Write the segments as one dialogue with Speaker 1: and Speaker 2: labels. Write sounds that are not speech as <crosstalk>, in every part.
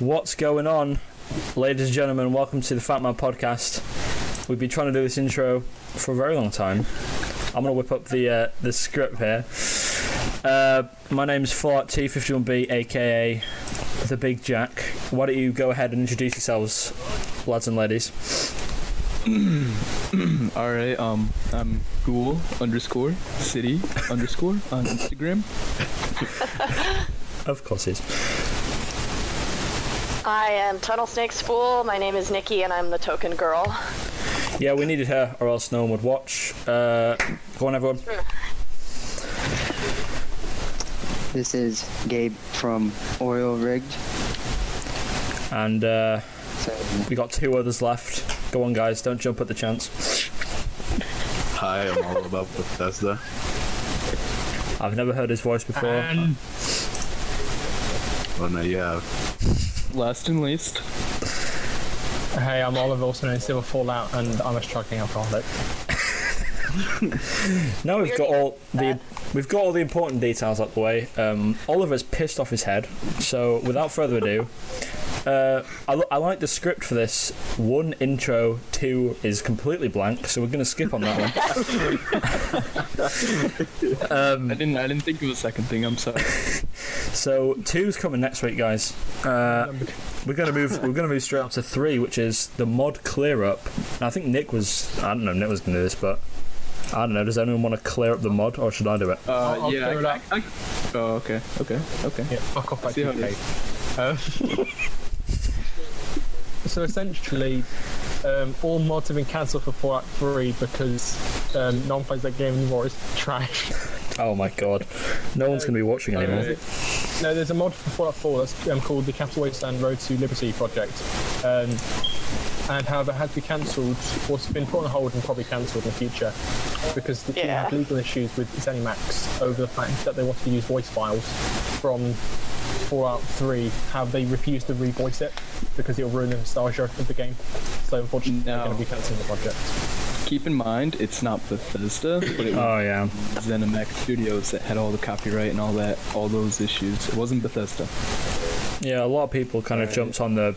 Speaker 1: What's going on, ladies and gentlemen? Welcome to the Fat Man Podcast. We've been trying to do this intro for a very long time. I'm gonna whip up the uh, the script here. Uh, my name's Flart T51B, aka the Big Jack. Why don't you go ahead and introduce yourselves, lads and ladies?
Speaker 2: All right. Um, I'm Ghoul underscore City underscore on Instagram.
Speaker 1: Of course, it's
Speaker 3: I am Tunnel Snake's Fool. My name is Nikki, and I'm the token girl.
Speaker 1: yeah. We needed her, or else no one would watch. Uh, go on, everyone.
Speaker 4: This is Gabe from Oil Rigged.
Speaker 1: And uh,
Speaker 4: So
Speaker 1: we got two others left. Go on, guys. Don't jump at the chance.
Speaker 5: Hi, I'm all about Bethesda.
Speaker 1: I've never heard his voice before.
Speaker 5: Oh no, you have.
Speaker 2: Last and least.
Speaker 6: Hey, I'm Oliver, also known as Silver Fallout, and I'm a struggling alcoholic.
Speaker 1: Now we've
Speaker 3: Weird
Speaker 1: got
Speaker 3: you
Speaker 1: all the we've got all the important details out the way. Um, Oliver's pissed off his head, so without further ado, uh, I, li- I like the script for this. One intro, two is completely blank, so we're going to skip on that one.
Speaker 6: Hmm.
Speaker 2: I didn't. I didn't think of a second thing. I'm sorry.
Speaker 1: So two's coming next week, guys. Uh, we're going to move. We're going to move straight up to three, which is the mod clear up. And I think Nick was. I don't know. if Nick was going to do this, but. I don't know. Does anyone want to clear up the mod, or should I do it?
Speaker 2: Uh,
Speaker 6: <laughs> I'll- I'll
Speaker 2: yeah.
Speaker 6: clear it
Speaker 2: I-
Speaker 6: up.
Speaker 2: I- I- oh, okay. Okay. Okay.
Speaker 6: Yeah, fuck off by
Speaker 2: See how it
Speaker 6: 2K. Um, <laughs> so essentially, um, all mods have been cancelled for Fallout 3 because um, no one plays that game anymore. It's trash.
Speaker 1: Oh my god, no one's going to be watching anymore.
Speaker 2: Uh,
Speaker 6: No, there's a mod for Fallout 4 that's um, called the Capital Wasteland Road to Liberty project. Um, and however, has been cancelled, or it's been put on hold and probably cancelled in the future because the team
Speaker 3: Yeah.
Speaker 6: had legal issues with ZeniMax over the fact that they wanted to use voice files from Fallout 3, how they refused to revoice it because it'll ruin the nostalgia of the game. So unfortunately, they're
Speaker 2: No.
Speaker 6: going to be cancelling the project.
Speaker 2: Keep in mind, it's not Bethesda, but it was
Speaker 1: Oh yeah.
Speaker 2: ZeniMax Studios that had all the copyright and all that, all those issues. It wasn't Bethesda.
Speaker 1: Yeah, a lot of people kind of jumped on the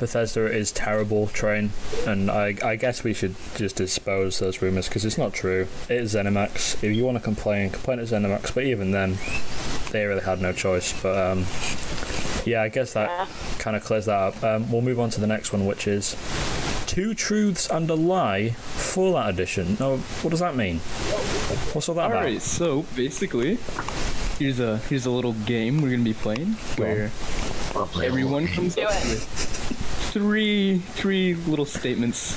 Speaker 1: Bethesda is terrible train, and I, I guess we should just dispose those rumors because it's not true. It is ZeniMax. If you want to complain, complain to ZeniMax. But even then, they really had no choice. But um, yeah, I guess that
Speaker 3: Yeah.
Speaker 1: kind of clears that up. Um, we'll move on to the next one, which is Two Truths and a Lie Fallout Edition. Now, what does that mean? What's all that
Speaker 2: All
Speaker 1: about?
Speaker 2: right, so basically, here's a here's a little game we're gonna be playing
Speaker 1: Go on.
Speaker 2: where everyone comes
Speaker 3: Do
Speaker 2: up
Speaker 3: it.
Speaker 2: with three three little statements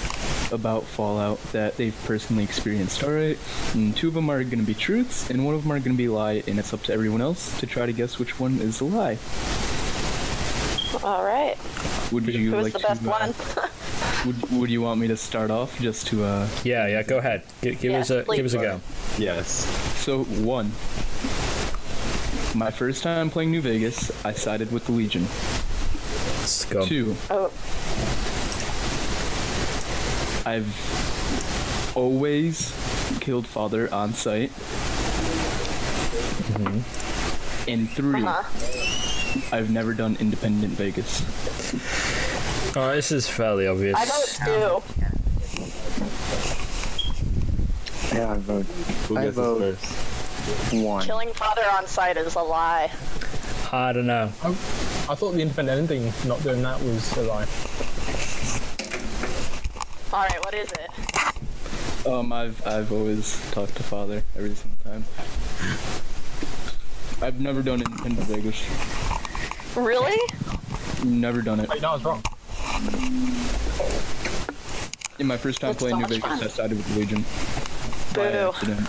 Speaker 2: about Fallout that they've personally experienced. All right, and two of them are gonna be truths, and one of them are gonna be lie, and it's up to everyone else to try to guess which one is a lie.
Speaker 3: All right.
Speaker 2: Would you
Speaker 3: Who's
Speaker 2: like
Speaker 3: the best
Speaker 2: to, uh,
Speaker 3: one?
Speaker 2: <laughs> Would Would you want me to start off just to uh?
Speaker 1: Yeah, yeah. Go ahead. Give, give
Speaker 3: Yeah,
Speaker 1: us a give us a
Speaker 3: please.
Speaker 1: go.
Speaker 5: Yes.
Speaker 2: So one. My first time playing New Vegas, I sided with the Legion.
Speaker 1: Scum.
Speaker 2: Two.
Speaker 3: Oh,
Speaker 2: I've always killed father on site. And 3
Speaker 3: uh-huh.
Speaker 2: i I've never done independent Vegas.
Speaker 1: All right, this is fairly obvious.
Speaker 3: I vote two.
Speaker 4: yeah, I vote
Speaker 5: Who
Speaker 4: I
Speaker 5: gets
Speaker 4: vote-
Speaker 5: it first?
Speaker 4: one.
Speaker 3: Killing father on site is a lie.
Speaker 1: I don't know.
Speaker 6: I thought the independent ending not doing that was a lie.
Speaker 3: All right, what is it?
Speaker 2: Um, I've I've always talked to father every single time. I've never done independent Vegas.
Speaker 3: Really?
Speaker 2: Never done it.
Speaker 6: Wait, no, I was wrong.
Speaker 2: In my first time
Speaker 3: That's
Speaker 2: playing
Speaker 3: so
Speaker 2: New
Speaker 3: much
Speaker 2: Vegas,
Speaker 3: fun.
Speaker 2: I sided with the Legion. By
Speaker 3: Boo.
Speaker 2: accident.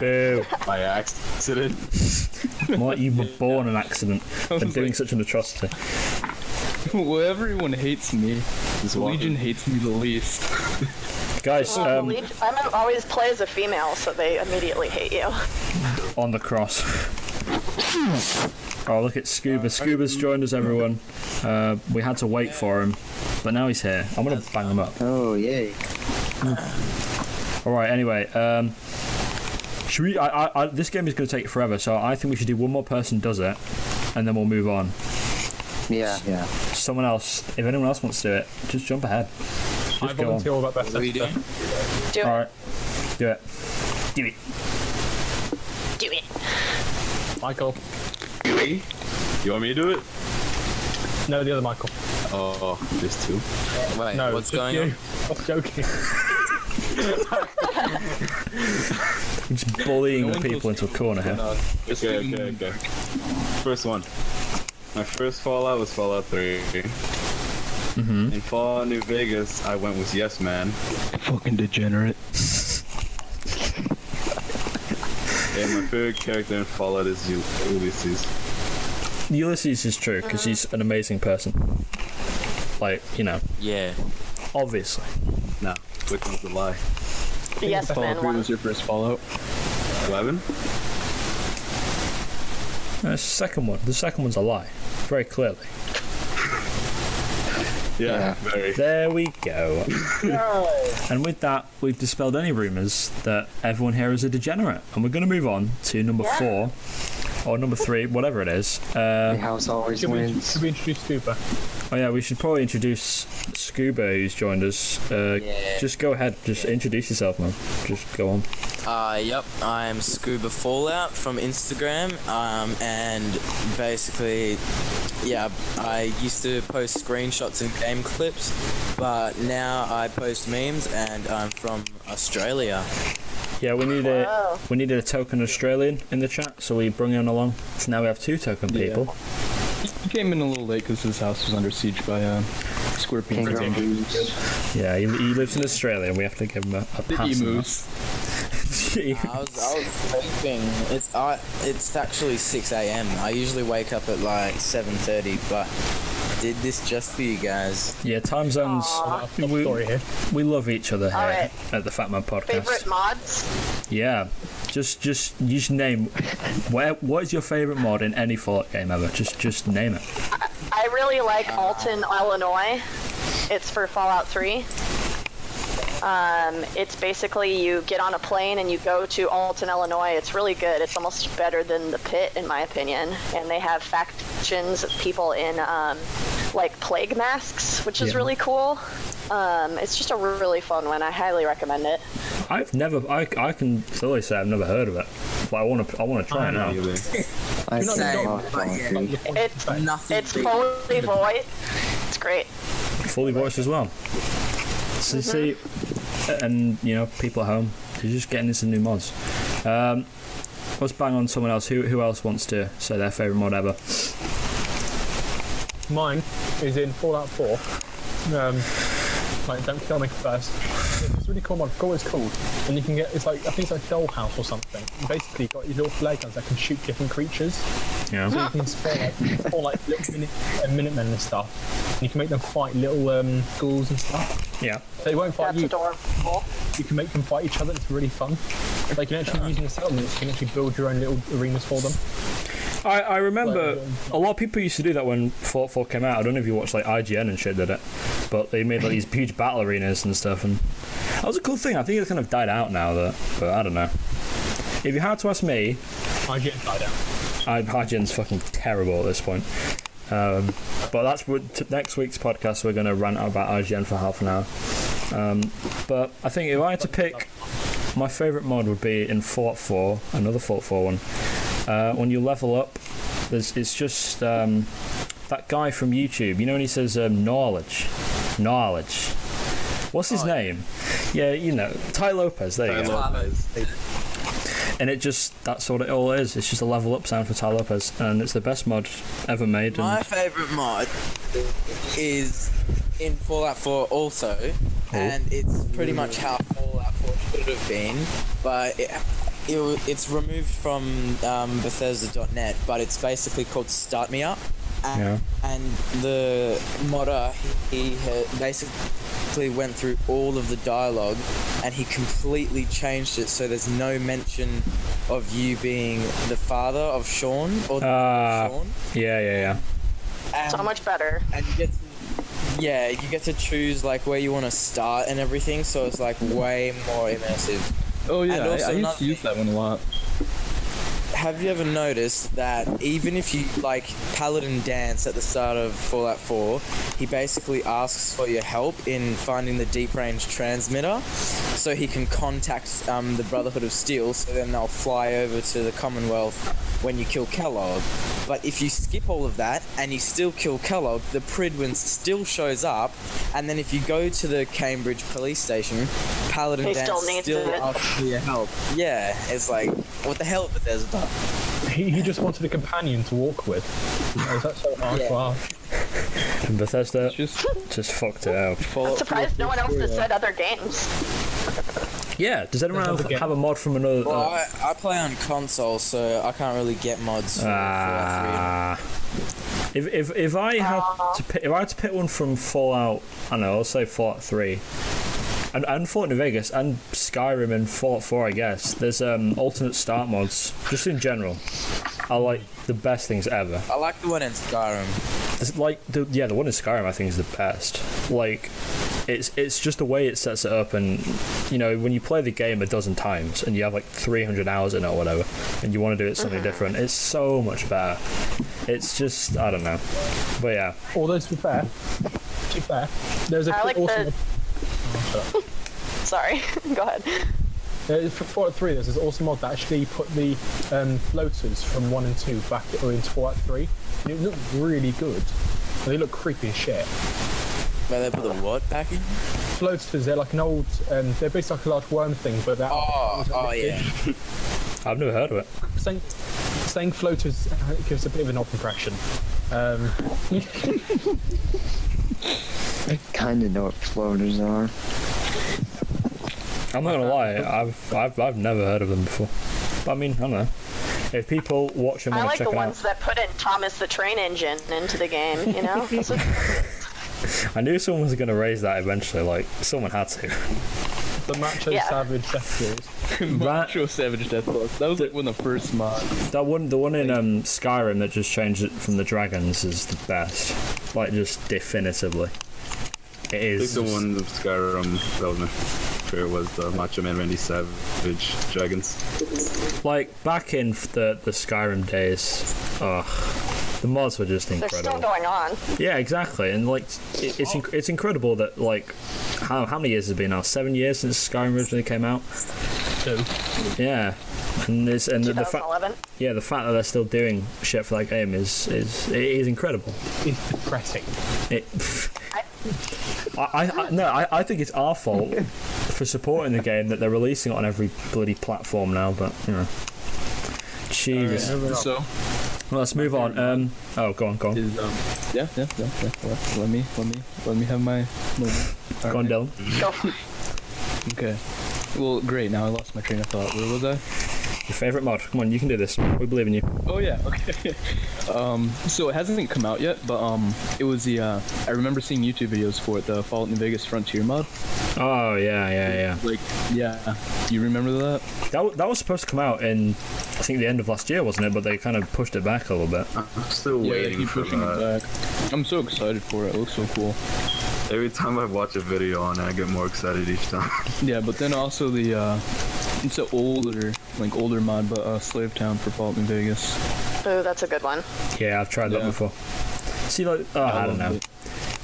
Speaker 2: <laughs>
Speaker 1: Boo.
Speaker 5: By accident.
Speaker 1: What, you were born an
Speaker 2: <laughs>
Speaker 1: accident and
Speaker 2: was
Speaker 1: doing
Speaker 2: like-
Speaker 1: such an atrocity.
Speaker 2: well, everyone hates me.
Speaker 5: Just
Speaker 2: The
Speaker 5: walking.
Speaker 2: Legion hates me the least.
Speaker 1: Guys,
Speaker 3: Well,
Speaker 1: um,
Speaker 3: the lead- I'm always play as a female, so they immediately hate you.
Speaker 1: on the cross. Oh, look at
Speaker 2: Uh,
Speaker 1: Scuba. Scuba's joined us, everyone. Uh, we had to wait for him, but now he's here. I'm going to bang him up.
Speaker 4: Oh, yay.
Speaker 1: All right, anyway. Um, should we, I, I, I, this game is going to take forever, so I think we should do one more person does it, and then we'll move on.
Speaker 4: Yeah, yeah.
Speaker 1: Someone else, if anyone else wants to do it, just jump ahead. Just
Speaker 6: I
Speaker 1: go on.
Speaker 6: volunteer all that best.
Speaker 5: What are we doing?
Speaker 3: Do
Speaker 1: All
Speaker 3: it.
Speaker 1: right, do it. Do it.
Speaker 3: Do it.
Speaker 6: Michael.
Speaker 5: Gooey? You want me to do it?
Speaker 6: No, the other Michael.
Speaker 5: Oh, there's two.
Speaker 7: Wait,
Speaker 6: No,
Speaker 7: what's
Speaker 6: just
Speaker 7: going
Speaker 6: you. <laughs>
Speaker 7: on?
Speaker 6: I was joking.
Speaker 1: It's bullying
Speaker 2: No
Speaker 1: the
Speaker 2: one
Speaker 1: people
Speaker 2: goes-
Speaker 1: into a corner here.
Speaker 5: Okay, okay, okay. First one. My first Fallout was Fallout 3. Mm-hmm. In Fallout New Vegas, I went with Yes Man.
Speaker 2: Fucking degenerate.
Speaker 5: And my favorite character in Fallout is U- Ulysses.
Speaker 1: Ulysses is true because he's an amazing person. Like you know,
Speaker 7: Yeah.
Speaker 1: obviously.
Speaker 5: Nah, which one's the lie?
Speaker 3: The yes
Speaker 2: Fallout
Speaker 3: man
Speaker 2: 3
Speaker 3: one.
Speaker 2: was your first Fallout.
Speaker 5: 11?
Speaker 1: No, it's the second one. The second one's a lie, very clearly.
Speaker 5: Yeah,
Speaker 4: Yeah.
Speaker 5: very.
Speaker 1: There we go. and with that, we've dispelled any rumours that everyone here is a degenerate. And we're going to move on to number
Speaker 3: Yeah.
Speaker 1: four, or number three, whatever it is.
Speaker 4: The
Speaker 1: Uh,
Speaker 4: house always
Speaker 6: Should we,
Speaker 4: wins.
Speaker 6: should we introduce Cooper?
Speaker 1: oh, yeah, we should probably introduce Scuba, who's joined us. Uh,
Speaker 7: Yeah.
Speaker 1: Just go ahead, just introduce yourself, man. Just go on.
Speaker 7: Uh, yep, I'm Scuba Fallout from Instagram, um, and basically, yeah, I used to post screenshots and game clips, but now I post memes, and I'm from Australia.
Speaker 1: Yeah, we need a
Speaker 3: Wow.
Speaker 1: we needed a token Australian in the chat, so we bring him along. So now we have two token
Speaker 2: Yeah.
Speaker 1: people.
Speaker 2: He came in a little late because his house was under siege by uh, scorpions. I think.
Speaker 4: Kangaroos.
Speaker 1: Yeah, he, he lives in Australia, and we have to give him a, a
Speaker 2: The
Speaker 1: pass. on
Speaker 2: emus.
Speaker 1: that.
Speaker 7: I was, I was sleeping. It's I, it's actually 6 a.m. I usually wake up at like 7:30, but did this just for you guys.
Speaker 1: <laughs> yeah, time zones.
Speaker 6: Uh, I've got a
Speaker 1: we-
Speaker 6: story here.
Speaker 1: We love each other here
Speaker 3: All right.
Speaker 1: at the Fat Man Podcast.
Speaker 3: Favorite mods?
Speaker 1: Yeah, just just just name where what is your favorite mod in any Fallout game ever? Just just name it.
Speaker 3: I really like Alton, Illinois. It's for Fallout 3. Um, it's basically you get on a plane and you go to Alton, Illinois. It's really good. It's almost better than the pit, in my opinion. And they have factions of people in um, like plague masks, which is
Speaker 1: Yeah.
Speaker 3: really cool. Um, it's just a really fun one. I highly recommend it.
Speaker 1: I've never I, I can clearly say I've never heard of it, but I want to I want to try it now.
Speaker 5: Either.
Speaker 4: I
Speaker 6: not
Speaker 4: said
Speaker 7: know,
Speaker 4: Fallout
Speaker 7: but yeah.
Speaker 4: 3.
Speaker 3: It's
Speaker 7: Nothing.
Speaker 3: it's
Speaker 7: big.
Speaker 3: fully void. It's great.
Speaker 1: Fully voiced as well. So you see, and you know people at home, they're just getting into new mods. Um, let's bang on someone else. Who who else wants to say their favorite mod ever?
Speaker 6: Mine is in Fallout 4. Um, like, don't kill me first. It's this really cool mod. I forgot what it's called. And you can get, it's like, I think it's like Dollhouse or something. Basically, you've got these little flare guns that can shoot different creatures.
Speaker 1: Yeah.
Speaker 6: You can spare like, or like little minute, uh, Minutemen and stuff. And you can make them fight little um, ghouls and stuff.
Speaker 1: Yeah.
Speaker 6: They won't fight
Speaker 3: That's
Speaker 6: Oh, you.
Speaker 3: adorable.
Speaker 6: You can make them fight each other. It's really fun. Like, you can actually, using the settlements, you can actually build your own little arenas for them.
Speaker 1: I, I remember
Speaker 6: Like,
Speaker 1: a lot of people used to do that when Fallout 4 came out. I don't know if you watched like IGN and shit did it, but they made like these huge battle arenas and stuff, and that was a cool thing. I think it's kind of died out now, though, but I don't know. If you had to ask me,
Speaker 6: I get died out.
Speaker 1: I, IGN's fucking terrible at this point. Um, but that's what t- next week's podcast. We're going to rant about IGN for half an hour. Um, but I think if I had to pick, my favourite mod would be in Fort 4, another Fort 4 one. Uh, when you level up, there's, it's just um, that guy from YouTube. You know when he says um, knowledge, knowledge. What's his name? Yeah, you know Ty Lopez. There you go and it just that's what it all is. It's just a level up sound for Ty Lopez, and it's the best mod ever made.
Speaker 7: My
Speaker 1: And
Speaker 7: favorite mod is in Fallout 4 also,
Speaker 1: Oh.
Speaker 7: and it's pretty much how Fallout 4 should have been, but it, it, wa- it's removed from um, Bethesda.net, but it's basically called Start Me Up. And,
Speaker 1: Yeah.
Speaker 7: and the modder, he, he ha- basically went through all of the dialogue and he completely changed it so there's no mention of you being the father of Sean or the
Speaker 1: Ah.
Speaker 7: mother of Sean.
Speaker 1: yeah, yeah, yeah.
Speaker 7: And-
Speaker 3: So much better.
Speaker 7: and you get to, yeah, you get to choose like where you want to start and everything, so it's like way more immersive.
Speaker 2: Oh yeah,
Speaker 7: And
Speaker 2: I,
Speaker 7: also
Speaker 2: I used
Speaker 7: another
Speaker 2: to use that one a lot.
Speaker 7: have you ever noticed that even if you like Paladin dance at the start of Fallout 4, he basically asks for your help in finding the deep range transmitter, so he can contact um, the Brotherhood of Steel. So then they'll fly over to the Commonwealth when you kill Kellogg. But if you skip all of that and you still kill Kellogg, the Pridwin still shows up, and then if you go to the Cambridge police station, Paladin
Speaker 3: He
Speaker 7: dance
Speaker 3: still needs
Speaker 7: still
Speaker 3: it.
Speaker 7: asks for your help. Yeah, it's like what the hell, Bethesda.
Speaker 6: He, he just wanted a companion to walk with. Is that so hard to
Speaker 7: Yeah.
Speaker 6: ask?
Speaker 1: And Bethesda
Speaker 2: It's just
Speaker 1: just fucked it out.
Speaker 2: Fallout
Speaker 3: I'm
Speaker 2: 4
Speaker 3: surprised no one else has
Speaker 2: Foria.
Speaker 3: said other games.
Speaker 1: Yeah, does anyone
Speaker 6: Another
Speaker 1: have,
Speaker 6: game.
Speaker 1: have a mod from another?
Speaker 7: Well, I, I play on console, so I can't really get mods for Fallout
Speaker 1: Ah. if, if if I had to pick, if I had to pick one from Fallout, I don't know, I'll say Fallout Three, and and Fallout New Vegas and Skyrim and Fallout Four, I guess. There's um alternate start mods just in general. I like the best things ever.
Speaker 7: 3. I like the one in Skyrim.
Speaker 1: It's like the yeah, the one in Skyrim I think is the best. Like it's it's just the way it sets it up and you know, when you play the game a dozen times and you have like three hundred hours in it or whatever and you want to do it
Speaker 3: Uh-huh.
Speaker 1: something different, it's so much better. It's just I don't know. But yeah.
Speaker 6: Although to be fair, to be fair, there's a
Speaker 3: I like
Speaker 6: awesome
Speaker 3: the- Sorry, <laughs> go ahead.
Speaker 6: Uh, for Fallout 3, there's this awesome mod that actually put the um, floaters from 1 and 2 back or into Fallout 3. And it looked really good. And they look creepy as shit.
Speaker 7: Where they put the what back in?
Speaker 6: Floaters, they're like an old, um, they're basically like a large worm thing, but that
Speaker 7: Oh, oh yeah.
Speaker 1: I've never heard of it.
Speaker 6: saying, saying floaters uh, gives a bit of an odd impression. Um,
Speaker 4: Kind of know what floaters are.
Speaker 1: I'm not
Speaker 3: Uh-huh.
Speaker 1: gonna lie, I've I've I've never heard of them before. But I mean, I don't know. If people watch them
Speaker 3: I
Speaker 1: want
Speaker 3: like
Speaker 1: to check it
Speaker 3: the ones
Speaker 1: out.
Speaker 3: that put in Thomas the Train Engine into the game,
Speaker 1: <laughs>
Speaker 3: you know? That's what-
Speaker 1: I knew someone was gonna raise that eventually, like someone had to.
Speaker 6: the Macho
Speaker 3: Yeah.
Speaker 6: Savage Death Series.
Speaker 2: Macho Savage Deathlock. That was like one of the first mods.
Speaker 1: That one, the one in um, Skyrim that just changed it from the dragons is the best, like just definitively. It
Speaker 5: I think
Speaker 1: is
Speaker 5: the
Speaker 1: just-
Speaker 5: one of Skyrim that was my favorite was the Macho Man Randy Savage Dragons.
Speaker 1: like back in f- the the Skyrim days. Ugh, the mods were just
Speaker 3: They're still
Speaker 1: incredible.
Speaker 3: going on.
Speaker 1: Yeah, exactly, and like it, it's inc- it's incredible that like how how many years has it been now? Seven years since Skyrim originally came out.
Speaker 6: Two.
Speaker 1: Yeah, and this and the, the fact
Speaker 3: 2011.
Speaker 1: yeah the fact that they're still doing shit for that game is is it is incredible.
Speaker 6: It's depressing.
Speaker 1: It, I, I, I, no, I, I think it's our fault for supporting the game that they're releasing it on every bloody platform now. But you know, Jesus.
Speaker 2: So
Speaker 1: Well, let's move on. Um, oh, go on, go on,
Speaker 2: is um yeah yeah yeah. yeah. Let, let me let me let me have my moment.
Speaker 1: go on,
Speaker 2: Alright.
Speaker 1: Dylan.
Speaker 3: Go.
Speaker 2: Okay. Well, great. Now I lost my train of thought. Where was I?
Speaker 1: Your favorite mod. Come on, you can do this. We believe in you.
Speaker 2: Oh yeah. <laughs> Okay. um. So it hasn't come out yet, but um, it was the uh. I remember seeing YouTube videos for it, the Fallout New Vegas Frontier mod.
Speaker 1: Oh yeah, yeah,
Speaker 2: Like, yeah. You remember that?
Speaker 1: yeah. That wa- that was supposed to come out in I think the end of last year, wasn't it? But they kind of pushed it back a little bit.
Speaker 5: I'm still
Speaker 2: Yeah, they
Speaker 5: waiting
Speaker 2: keep
Speaker 5: for
Speaker 2: pushing it
Speaker 5: that.
Speaker 2: back. I'm so excited for it. It looks so cool.
Speaker 5: Every time I watch a video on it, I get more excited each time.
Speaker 2: Yeah, but then also the uh, it's an older like older mod, but uh, Slave Town for Fallout New Vegas.
Speaker 3: Ooh, that's a good one.
Speaker 1: Yeah, I've tried that
Speaker 2: Yeah.
Speaker 1: before. See, like, oh, I don't
Speaker 2: love
Speaker 1: know.
Speaker 2: it.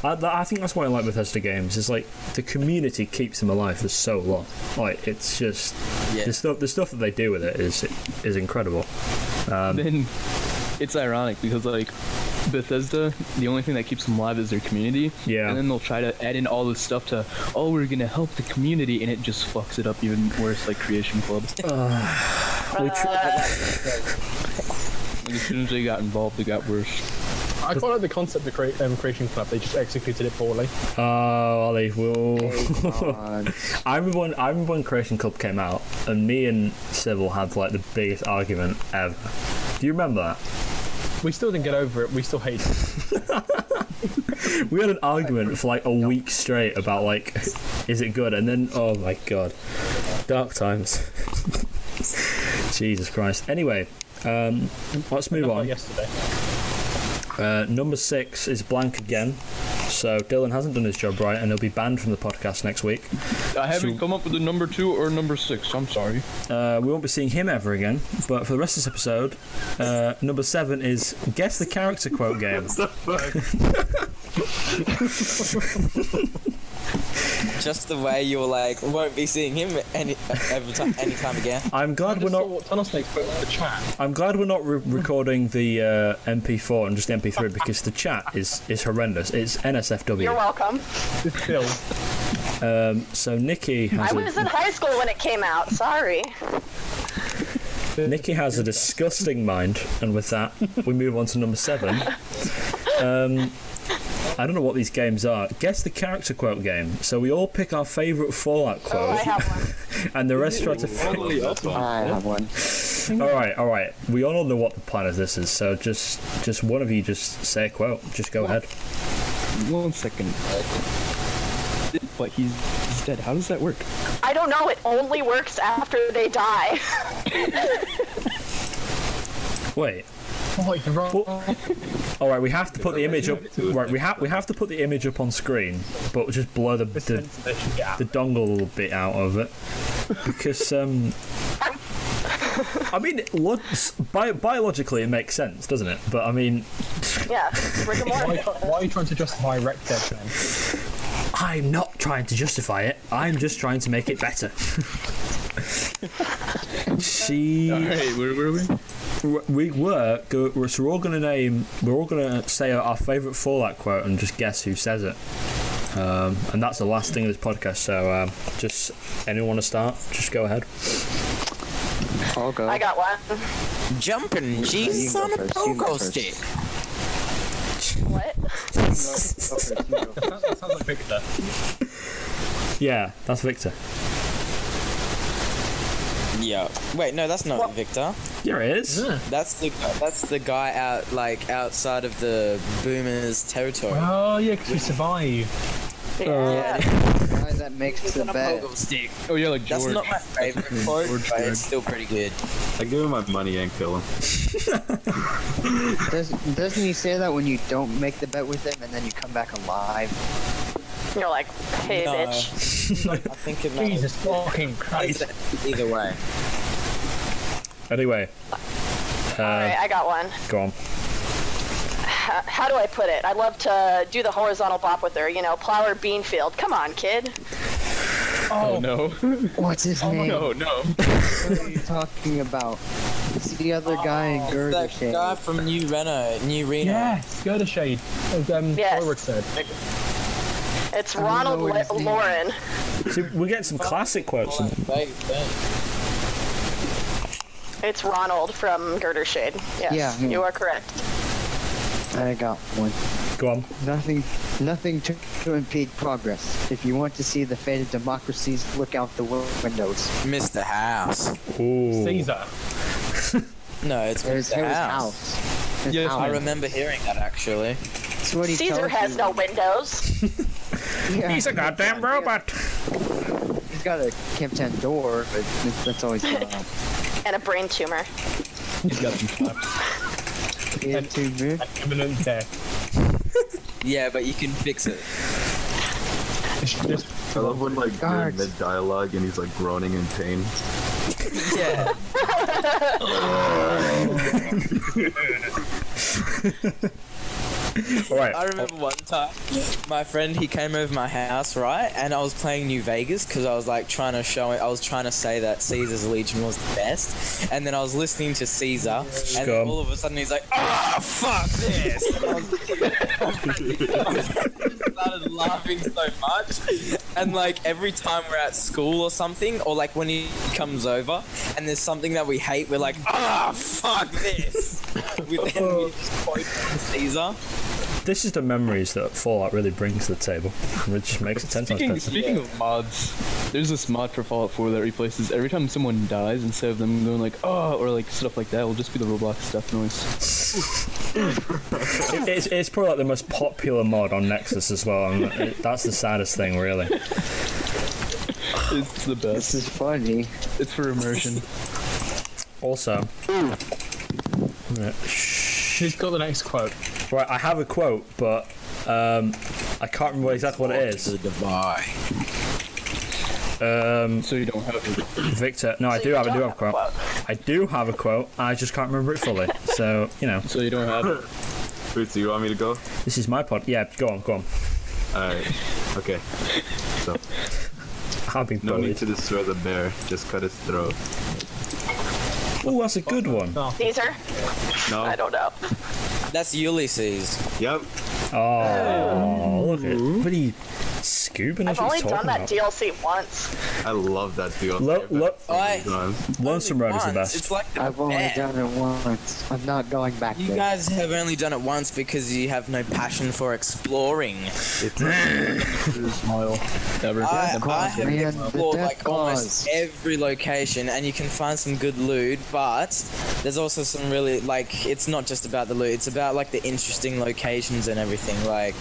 Speaker 1: I, th- I think that's why I like Bethesda games. Is like the community keeps them alive for so long. Like it's just
Speaker 7: Yeah.
Speaker 1: the stuff. The stuff that they do with it is is incredible.
Speaker 2: then it's ironic because like Bethesda, the only thing that keeps them alive is their community.
Speaker 1: Yeah.
Speaker 2: And then they'll try to add in all this stuff to, oh, we're gonna help the community, and it just fucks it up even worse, like Creation Club.
Speaker 3: Uh,
Speaker 1: We tr-
Speaker 2: Like, as soon as they got involved, it got worse.
Speaker 6: I quite like the concept of crea- um, Creation Club, they just executed it poorly.
Speaker 1: oh, Ollie. Well, <laughs>
Speaker 4: God.
Speaker 1: I remember when I remember when Creation Club came out, and me and Sybil had like the biggest argument ever. Do you remember
Speaker 6: We still didn't get over it, we still hate it.
Speaker 1: that? We had an argument for like a week straight about like, is it good? And then oh my god, dark times. <laughs> Jesus Christ. Anyway, um, let's move
Speaker 6: Like
Speaker 1: on.
Speaker 6: yesterday.
Speaker 1: Uh, number six is blank again. So Dylan hasn't done his job right, and he'll be banned from the podcast next week.
Speaker 2: I haven't come up with a number two or number six. I'm sorry.
Speaker 1: Uh, we won't be seeing him ever again. But for the rest of this episode, uh, number seven is guess the character quote game.
Speaker 7: Just the way you're like, won't be seeing him any every time, anytime again.
Speaker 1: I'm glad we're
Speaker 6: Just saw
Speaker 1: not.
Speaker 6: what Tunnel Snake put in the chat.
Speaker 1: I'm glad we're not re- recording the uh, MP4 and just MP3 because the chat is is horrendous. It's
Speaker 3: You're
Speaker 1: NSFW.
Speaker 3: welcome.
Speaker 6: This bill.
Speaker 1: So Nikki
Speaker 3: I
Speaker 1: has
Speaker 3: was
Speaker 1: a,
Speaker 3: in high school when it came out. Sorry.
Speaker 1: Nikki has a disgusting mind, and with that, we move on to number seven. Um, I don't know what these games are. Guess the character quote game. So we all pick our favourite Fallout
Speaker 3: Oh, I
Speaker 1: quote,
Speaker 3: have one.
Speaker 1: and the rest try
Speaker 3: <laughs>
Speaker 1: to
Speaker 5: <laughs> Probably up one.
Speaker 4: I have one.
Speaker 1: All right, all right. We all know what the plan of this is, so just just one of you just say a quote. Just go ahead.
Speaker 2: One second. But he's, he's dead. How does that work?
Speaker 3: I don't know. It only works after they die. <laughs>
Speaker 1: Wait.
Speaker 6: Oh, it's wrong.
Speaker 1: All right, we have to put the image up. Right, we have we have to put the image up on screen, but just blur the the,
Speaker 6: Yeah.
Speaker 1: the dongle bit out of it because um. I mean, lo- s- bi- biologically it makes sense, doesn't it? But I mean,
Speaker 3: Yeah. Rick and
Speaker 6: Why,
Speaker 1: <laughs>
Speaker 3: Morty.
Speaker 6: why are you trying to justify Rec Dead then?
Speaker 1: I'm not trying to justify it. I'm just trying to make it better. she.
Speaker 2: Hey, where were we?
Speaker 1: we were go, we're- so we're all gonna name we're all gonna say our, our favorite Fallout quote and just guess who says it. Um, and that's the last thing of this podcast. So um, just anyone want to start? Just go ahead.
Speaker 4: I'll go.
Speaker 3: I got one.
Speaker 7: Jumping
Speaker 4: You
Speaker 7: Jesus
Speaker 4: can
Speaker 7: on
Speaker 4: go
Speaker 7: a
Speaker 4: first, you can go
Speaker 7: pogo
Speaker 4: first.
Speaker 7: stick.
Speaker 3: What?
Speaker 6: That sounds- sounds like Victor.
Speaker 1: Yeah, that's Victor.
Speaker 7: Yeah. Wait, no, that's not Victor.
Speaker 1: Here it is.
Speaker 7: That's the that's the guy out like outside of the boomers' territory.
Speaker 6: Oh yeah, because we survive.
Speaker 1: Uh,
Speaker 3: Yeah.
Speaker 4: Why that makes
Speaker 7: Jesus
Speaker 4: the
Speaker 7: on a
Speaker 4: bet.
Speaker 7: pogo stick.
Speaker 2: Oh, yeah, like
Speaker 7: That's
Speaker 2: George.
Speaker 7: not my
Speaker 2: <laughs>
Speaker 7: favorite quote,
Speaker 2: George
Speaker 7: but
Speaker 2: George.
Speaker 7: it's still pretty good.
Speaker 5: I give him my money and kill him.
Speaker 4: Does, doesn't he say that when you don't make the bet with him and then you come back alive?
Speaker 3: You're like, hey,
Speaker 7: No.
Speaker 3: bitch.
Speaker 7: I think it matters.
Speaker 6: Jesus fucking Christ.
Speaker 7: Either way.
Speaker 1: <laughs> Anyway, Uh,
Speaker 3: All right, I got one.
Speaker 1: go on.
Speaker 3: H- how do I put it? I love to do the horizontal bop with her. You know, plow her bean field. Come on, kid.
Speaker 2: Oh, no.
Speaker 4: What's his name?
Speaker 2: no, no.
Speaker 4: What are you talking about? It's the other guy in Gerda
Speaker 7: Oh, That
Speaker 4: shape.
Speaker 7: guy from New Reno, New Reno.
Speaker 6: Yes, go to shade. As um,
Speaker 3: Yes.
Speaker 6: Ulrich said.
Speaker 3: It's
Speaker 4: don't
Speaker 3: Ronald
Speaker 4: know what his
Speaker 3: Le-
Speaker 4: name
Speaker 3: Lauren.
Speaker 1: See, we're getting some classic quotes.
Speaker 7: Oh, babe, babe.
Speaker 3: It's Ronald from Girder Shade. Yes,
Speaker 4: Yeah, hmm.
Speaker 3: you are correct.
Speaker 4: I got one.
Speaker 1: Go on.
Speaker 4: Nothing, nothing to, to impede progress. If you want to see the fate of democracies, look out the wi- windows.
Speaker 7: Mr. House.
Speaker 1: Ooh.
Speaker 6: Caesar.
Speaker 7: No, it's
Speaker 4: There's
Speaker 7: Mr.
Speaker 4: Harry's
Speaker 7: House.
Speaker 4: house. His
Speaker 2: Yes,
Speaker 4: house.
Speaker 7: I remember hearing that actually.
Speaker 4: That's what he
Speaker 3: Caesar
Speaker 4: tells
Speaker 3: has
Speaker 4: you.
Speaker 3: no windows.
Speaker 4: <laughs> Yeah.
Speaker 1: He's a goddamn robot.
Speaker 4: He's got a Camp 10 door, but that's- that's always uh,
Speaker 3: and a brain tumor.
Speaker 2: He's got some claps.
Speaker 4: into me.
Speaker 6: Imminent death.
Speaker 7: Yeah, but you can fix it.
Speaker 6: It's just
Speaker 5: I love when like you're
Speaker 4: Guards.
Speaker 5: mid dialogue and he's like groaning in pain.
Speaker 7: Yeah.
Speaker 1: All right.
Speaker 7: I remember one time, my friend he came over my house, right? And I was playing New Vegas because I was like trying to show it. I was trying to say that Caesar's Legion was the best, and then I was listening to Caesar, and then
Speaker 1: Scum.
Speaker 7: all of a sudden he's like, "Ah, fuck this!" And I was, <laughs> started laughing so much, and like every time we're at school or something, or like when he comes over, and there's something that we hate, we're like, "Ah, fuck this!" <laughs> we, then we just quote Caesar.
Speaker 1: This is the memories that Fallout really brings to the table, which just makes it ten times
Speaker 2: Speaking,
Speaker 1: better.
Speaker 2: speaking of mods, there's this mod for Fallout 4 that replaces every time someone dies, instead of them going like, oh, or like stuff like that, it'll just be the Roblox stuff noise.
Speaker 1: It- It's, it's probably like the most popular mod on Nexus as well, and it- that's the saddest thing, really.
Speaker 2: It's the
Speaker 4: This
Speaker 2: best.
Speaker 4: is funny.
Speaker 2: It's for immersion.
Speaker 5: Hmm.
Speaker 1: Also, Yeah, sh-
Speaker 6: Who's got the next quote?
Speaker 1: Right, I have a quote, but um, I can't remember exactly what it
Speaker 7: To
Speaker 1: is.
Speaker 7: the Dubai.
Speaker 1: Um,
Speaker 2: So you don't have it.
Speaker 1: Victor, no, I
Speaker 3: So
Speaker 1: do
Speaker 3: you
Speaker 1: have, I do
Speaker 3: don't
Speaker 1: have a quote. I do have a quote. I just can't remember it fully. So you know,
Speaker 2: So you don't have it.
Speaker 5: Fruits, you want me to go?
Speaker 1: this is my pod. Yeah, go on, go on.
Speaker 5: Alright. Okay. So,
Speaker 1: I've been
Speaker 5: no need
Speaker 1: bullied.
Speaker 5: to destroy the bear, just cut its throat.
Speaker 1: Oh, that's a good one.
Speaker 3: Caesar?
Speaker 5: No?
Speaker 3: I don't know.
Speaker 7: That's Ulysses.
Speaker 5: Yep.
Speaker 1: Oh, look at pretty scooping.
Speaker 3: I've only done that DLC once.
Speaker 5: I love that duo.
Speaker 1: Lo- lo-
Speaker 7: I
Speaker 1: Lonesome Road is the best.
Speaker 7: It's like the
Speaker 4: I've only
Speaker 7: best.
Speaker 4: done it once. I'm not going back
Speaker 7: You
Speaker 4: there.
Speaker 7: guys have only done it once because you have no passion for exploring.
Speaker 2: Smile. Ever.
Speaker 7: I, I have
Speaker 4: man,
Speaker 7: explored
Speaker 4: the death
Speaker 7: like almost
Speaker 4: claws.
Speaker 7: every location, and you can find some good loot. But there's also some really like it's not just about the loot; it's about like the interesting locations and everything. Like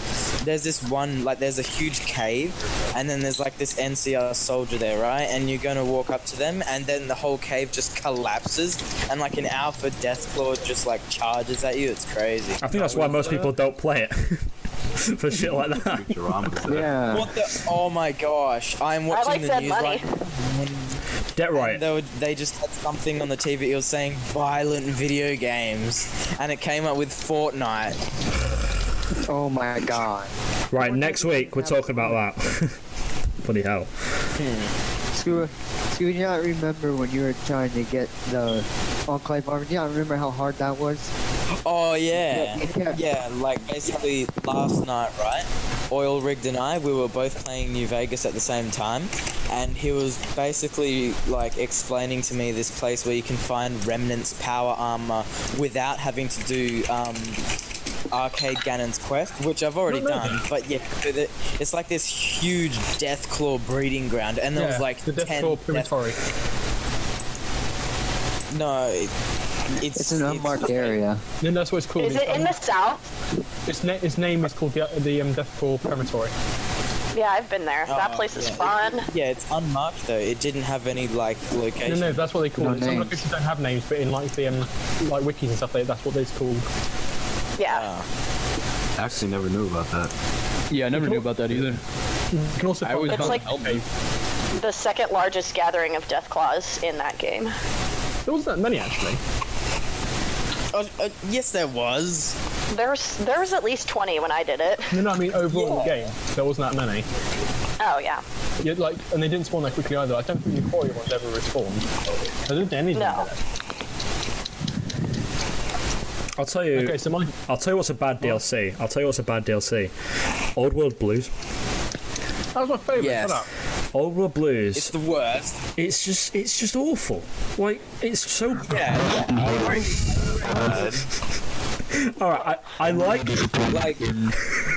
Speaker 7: there's this one like there's a huge cave, and then there's like this NCR soldier there, right? And you're gonna walk up to them, and then the whole cave just collapses, and like an alpha deathclaw just like charges at you. It's crazy.
Speaker 1: I think that's why most people don't play it <laughs> for shit like that.
Speaker 4: Yeah.
Speaker 7: What the? Oh my gosh! I'm watching
Speaker 3: like
Speaker 7: the
Speaker 3: that
Speaker 7: news
Speaker 3: money.
Speaker 7: right
Speaker 1: Get right.
Speaker 7: They, were, they just had something on the TV. It was saying violent video games, and it came up with Fortnite.
Speaker 4: Oh my god.
Speaker 1: Right, next week we're talking about that. <laughs> Bloody hell.
Speaker 4: Scuba, Scuba, do you not remember when you were trying to get the Enclave armor? Do you not remember how hard that was?
Speaker 7: Oh yeah,
Speaker 4: Yeah.
Speaker 7: yeah. Like basically last night, right? Oil rigged and I, we were both playing New Vegas at the same time, and he was basically like explaining to me this place where you can find remnants power armor without having to do um, arcade Ganon's quest, which I've already done. But yeah, with it- it's like this huge Deathclaw breeding ground, and there was like
Speaker 6: the Death
Speaker 7: ten.
Speaker 6: Claw
Speaker 7: Death-
Speaker 6: Primitori.
Speaker 7: no, it- it's
Speaker 4: It's an unmarked area.
Speaker 6: Then that's what it's called.
Speaker 3: Is
Speaker 6: It's
Speaker 3: it in the south?
Speaker 6: Its, na- its name is called the, the um, Death Claw Primitori.
Speaker 3: Yeah, I've been there. that
Speaker 7: Oh,
Speaker 3: place is
Speaker 7: yeah.
Speaker 3: fun.
Speaker 7: Yeah, it's unmarked though. It didn't have any like location.
Speaker 6: No, no, that's what they call
Speaker 4: No
Speaker 6: it. Some
Speaker 4: names.
Speaker 6: locations don't have names, but in like the um, like wikis and stuff, they, that's what it's called.
Speaker 3: Yeah.
Speaker 7: Ah.
Speaker 5: Actually, never knew about that.
Speaker 2: Yeah, I never knew about that either.
Speaker 6: You can also
Speaker 2: I
Speaker 6: find
Speaker 2: always
Speaker 3: It's
Speaker 2: thought
Speaker 3: like-
Speaker 2: help me.
Speaker 3: The second largest gathering of Death Claws in that game.
Speaker 6: there wasn't that many actually.
Speaker 7: Oh, uh, yes, there was.
Speaker 3: There's there was at least 20 when I did it.
Speaker 6: No, no, I mean overall in the game, there wasn't that many.
Speaker 3: Oh yeah.
Speaker 6: Yeah, like, and they didn't spawn that quickly either. I don't think the quarry ones ever respawned. I don't think any of them
Speaker 3: No.
Speaker 6: did.
Speaker 1: I'll tell you.
Speaker 6: Okay, so my
Speaker 1: I'll tell you what's a bad DLC. I'll tell you what's a bad DLC. Old World Blues.
Speaker 6: that was my favourite.
Speaker 7: Yes.
Speaker 6: shut up.
Speaker 1: Old World Blues.
Speaker 7: It's
Speaker 1: It's,
Speaker 7: the worst.
Speaker 1: just. It's just awful. Like it's so.
Speaker 7: Yeah.
Speaker 1: All right. I, I like.
Speaker 7: Like,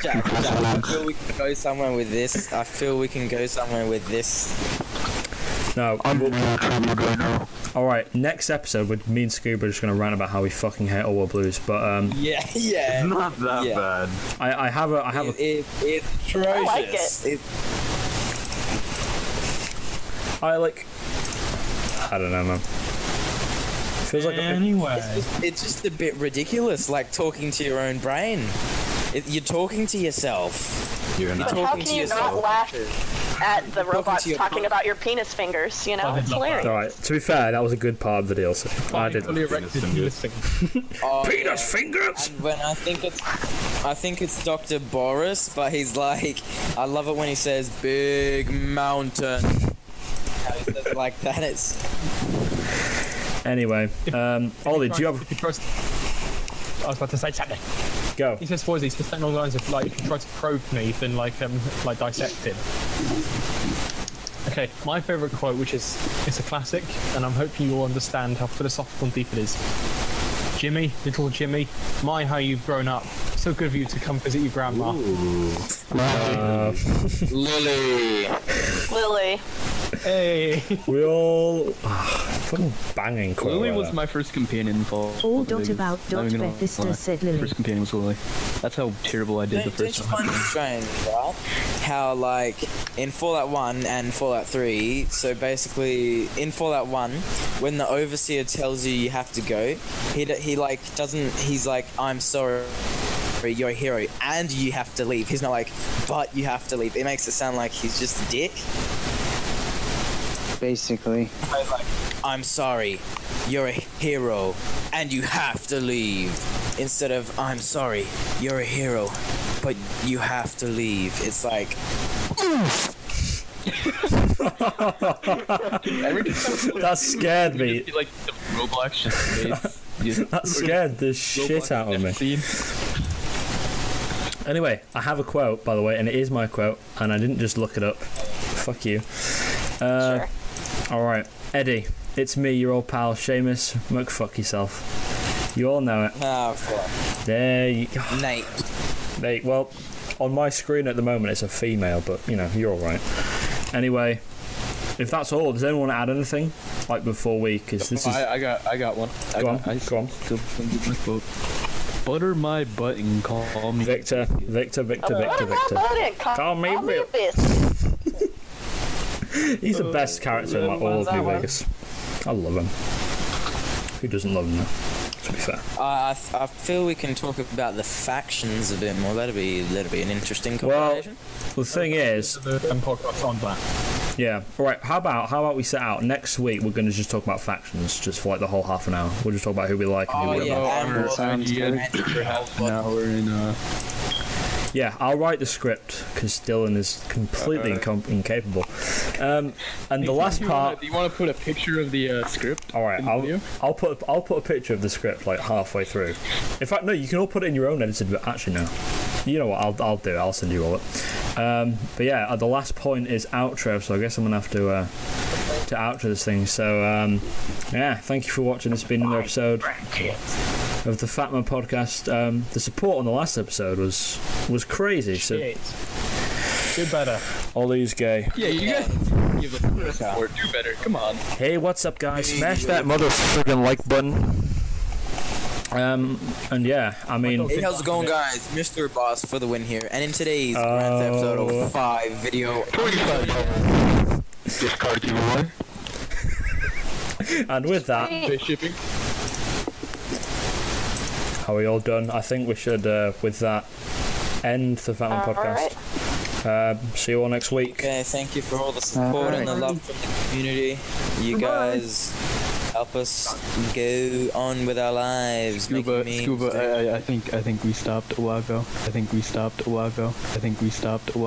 Speaker 7: Jack, Jack, I feel we can go somewhere with this. I feel we can go somewhere with this.
Speaker 1: No. I'm All right. Next episode, with me and Scuba are just gonna rant about how we fucking hate Old World Blues. But um,
Speaker 7: Yeah, yeah.
Speaker 5: Not that
Speaker 7: Yeah.
Speaker 5: bad.
Speaker 1: I, I have a. I have a.
Speaker 7: It, it, it's atrocious.
Speaker 1: I
Speaker 3: I like
Speaker 7: It-
Speaker 1: like. I don't know, man. Feels like a,
Speaker 7: it's,
Speaker 6: Anyway,
Speaker 7: just, it's just a bit ridiculous, like talking to your own brain. It, you're talking to yourself.
Speaker 5: You're
Speaker 7: You're
Speaker 5: not.
Speaker 3: But how
Speaker 7: talking
Speaker 3: can
Speaker 7: to
Speaker 3: you
Speaker 7: yourself.
Speaker 3: not laugh at the robots
Speaker 7: your
Speaker 3: talking about your penis fingers? You know,
Speaker 6: I did
Speaker 3: it's
Speaker 6: love that.
Speaker 3: hilarious.
Speaker 1: All right. To be fair, that was a good part of the DLC. I did.
Speaker 6: fully erected
Speaker 5: Listen, dude.
Speaker 6: listing.
Speaker 7: Oh, yeah.
Speaker 1: Penis fingers.
Speaker 7: And when I think it's, I think it's Dr. Boris, but he's like, I love it when he says big mountain. How he says it like that, it's
Speaker 1: Anyway, um, Ollie, do you have
Speaker 6: If you try to- I was about to say something.
Speaker 1: go?
Speaker 6: He says, Foisey, he says something along the lines of, like, if you try to probe me, then, like, um, like, dissect it. Okay, my favourite quote, which is, it's a classic, and I'm hoping you'll understand how philosophical and deep it is. Jimmy, little Jimmy, my, how you've grown up. So good of you to come visit your grandma.
Speaker 7: Lily.
Speaker 3: Lily.
Speaker 6: Hey!
Speaker 1: We all ah, fucking banging. quite
Speaker 2: Lily
Speaker 1: like
Speaker 2: was
Speaker 1: that.
Speaker 2: my first companion in Fall.
Speaker 8: Oh,
Speaker 2: Fall
Speaker 8: don't
Speaker 2: Vegas.
Speaker 8: about,
Speaker 2: Not
Speaker 8: don't
Speaker 2: even gonna
Speaker 8: bet this
Speaker 2: lie.
Speaker 8: does said Lily.
Speaker 2: First companion was Lily. That's how terrible I did
Speaker 7: Don't,
Speaker 2: the
Speaker 7: don't you
Speaker 2: first time.
Speaker 7: find it strange, right? How like in Fallout One and Fallout Three, so basically in Fallout One, when the overseer tells you you have to go, he d- he like doesn't. He's like, I'm sorry. for your hero and you have to leave. He's not like, but you have to leave. It makes it sound like he's just a dick.
Speaker 4: basically.
Speaker 7: I'm sorry, you're a hero and you have to leave. Instead of, I'm sorry, you're a hero, but you have to leave. It's like,
Speaker 1: That scared me.
Speaker 2: Just be like the Roblox <laughs> just made.
Speaker 1: That scared the shit out of me. Anyway, I have a quote, by the way, and it is my quote, and I didn't just look it up. Fuck you. Uh,
Speaker 3: sure.
Speaker 1: All right, Eddie, it's me, your old pal Seamus. McFuck yourself. You all know it.
Speaker 7: ah, fuck.
Speaker 1: There you go.
Speaker 7: Nate.
Speaker 1: Mate, well, on my screen at the moment it's a female, but you know you're all right. Anyway, if that's all, does anyone add anything like before we? Because this is
Speaker 2: I, I got, I got one.
Speaker 1: Go
Speaker 2: I got,
Speaker 1: on,
Speaker 2: I
Speaker 1: go on.
Speaker 2: Still think it's my quote. Butter my butt and call me.
Speaker 1: Victor, Victor, Victor,
Speaker 3: What
Speaker 1: Victor,
Speaker 3: about
Speaker 1: Victor.
Speaker 3: voting? Call,
Speaker 1: Call me real.
Speaker 3: bitch.
Speaker 1: He's the best character in like all of New Vegas. I love him. Who doesn't love him? though, To be fair,
Speaker 7: Uh, I, th- I feel we can talk about the factions a bit more. That'll be that'll be an interesting
Speaker 1: Well-
Speaker 7: conversation.
Speaker 1: the thing is,
Speaker 6: The um, podcast on that.
Speaker 1: yeah. All right, how about how about we set out next week? We're going to just talk about factions, just for like the whole half an hour. We'll just talk about who we like and who
Speaker 7: Oh,
Speaker 1: we don't
Speaker 7: yeah.
Speaker 1: like.
Speaker 7: and
Speaker 2: I'm
Speaker 7: what-
Speaker 2: sounds good.
Speaker 7: and
Speaker 2: An
Speaker 7: what-
Speaker 2: hour and uh,
Speaker 1: Yeah, I'll write the script because Dylan is completely incom- incapable. Um, and the last
Speaker 2: Uh-huh. you wanna-
Speaker 1: part.
Speaker 2: Do you want to put a picture of the uh, script?
Speaker 1: All right,
Speaker 2: in the
Speaker 1: I'll,
Speaker 2: video?
Speaker 1: I'll put I'll put a picture of the script like halfway through. In fact, no, you can all put it in your own edited. But actually, no. You know what? I'll I'll do. it. I'll send you all it. Um, but yeah, uh, the last point is outro. So I guess I'm gonna have to uh, to outro this thing. So um, yeah, thank you for watching. It's been another episode of the Fatman podcast. Um, the support on the last episode was was crazy. So
Speaker 6: Shit. Do better.
Speaker 1: Ollie's gay.
Speaker 2: Yeah, you guys give us a support. Do better. Come on.
Speaker 1: Hey, what's up, guys? Smash that motherfucking like button. Um, and yeah, I mean,
Speaker 7: Hey, how's it going, guys? Mr. Boss for the win here. And in today's Grand Theft
Speaker 1: Oh.
Speaker 7: Auto 5 video,
Speaker 1: and with that,
Speaker 2: Pay shipping.
Speaker 1: are we all done? I think we should, uh, with that, end the Fatman
Speaker 3: All right.
Speaker 1: podcast. Um, see you all next week.
Speaker 7: okay, thank you for all the support and the love from the community. You guys help us go on with our lives.
Speaker 2: Scuba,
Speaker 7: making memes,
Speaker 2: scuba. uh,
Speaker 7: doing
Speaker 2: I, I- I think, I think we stopped a while ago. I think we stopped a while ago. I think we stopped a while.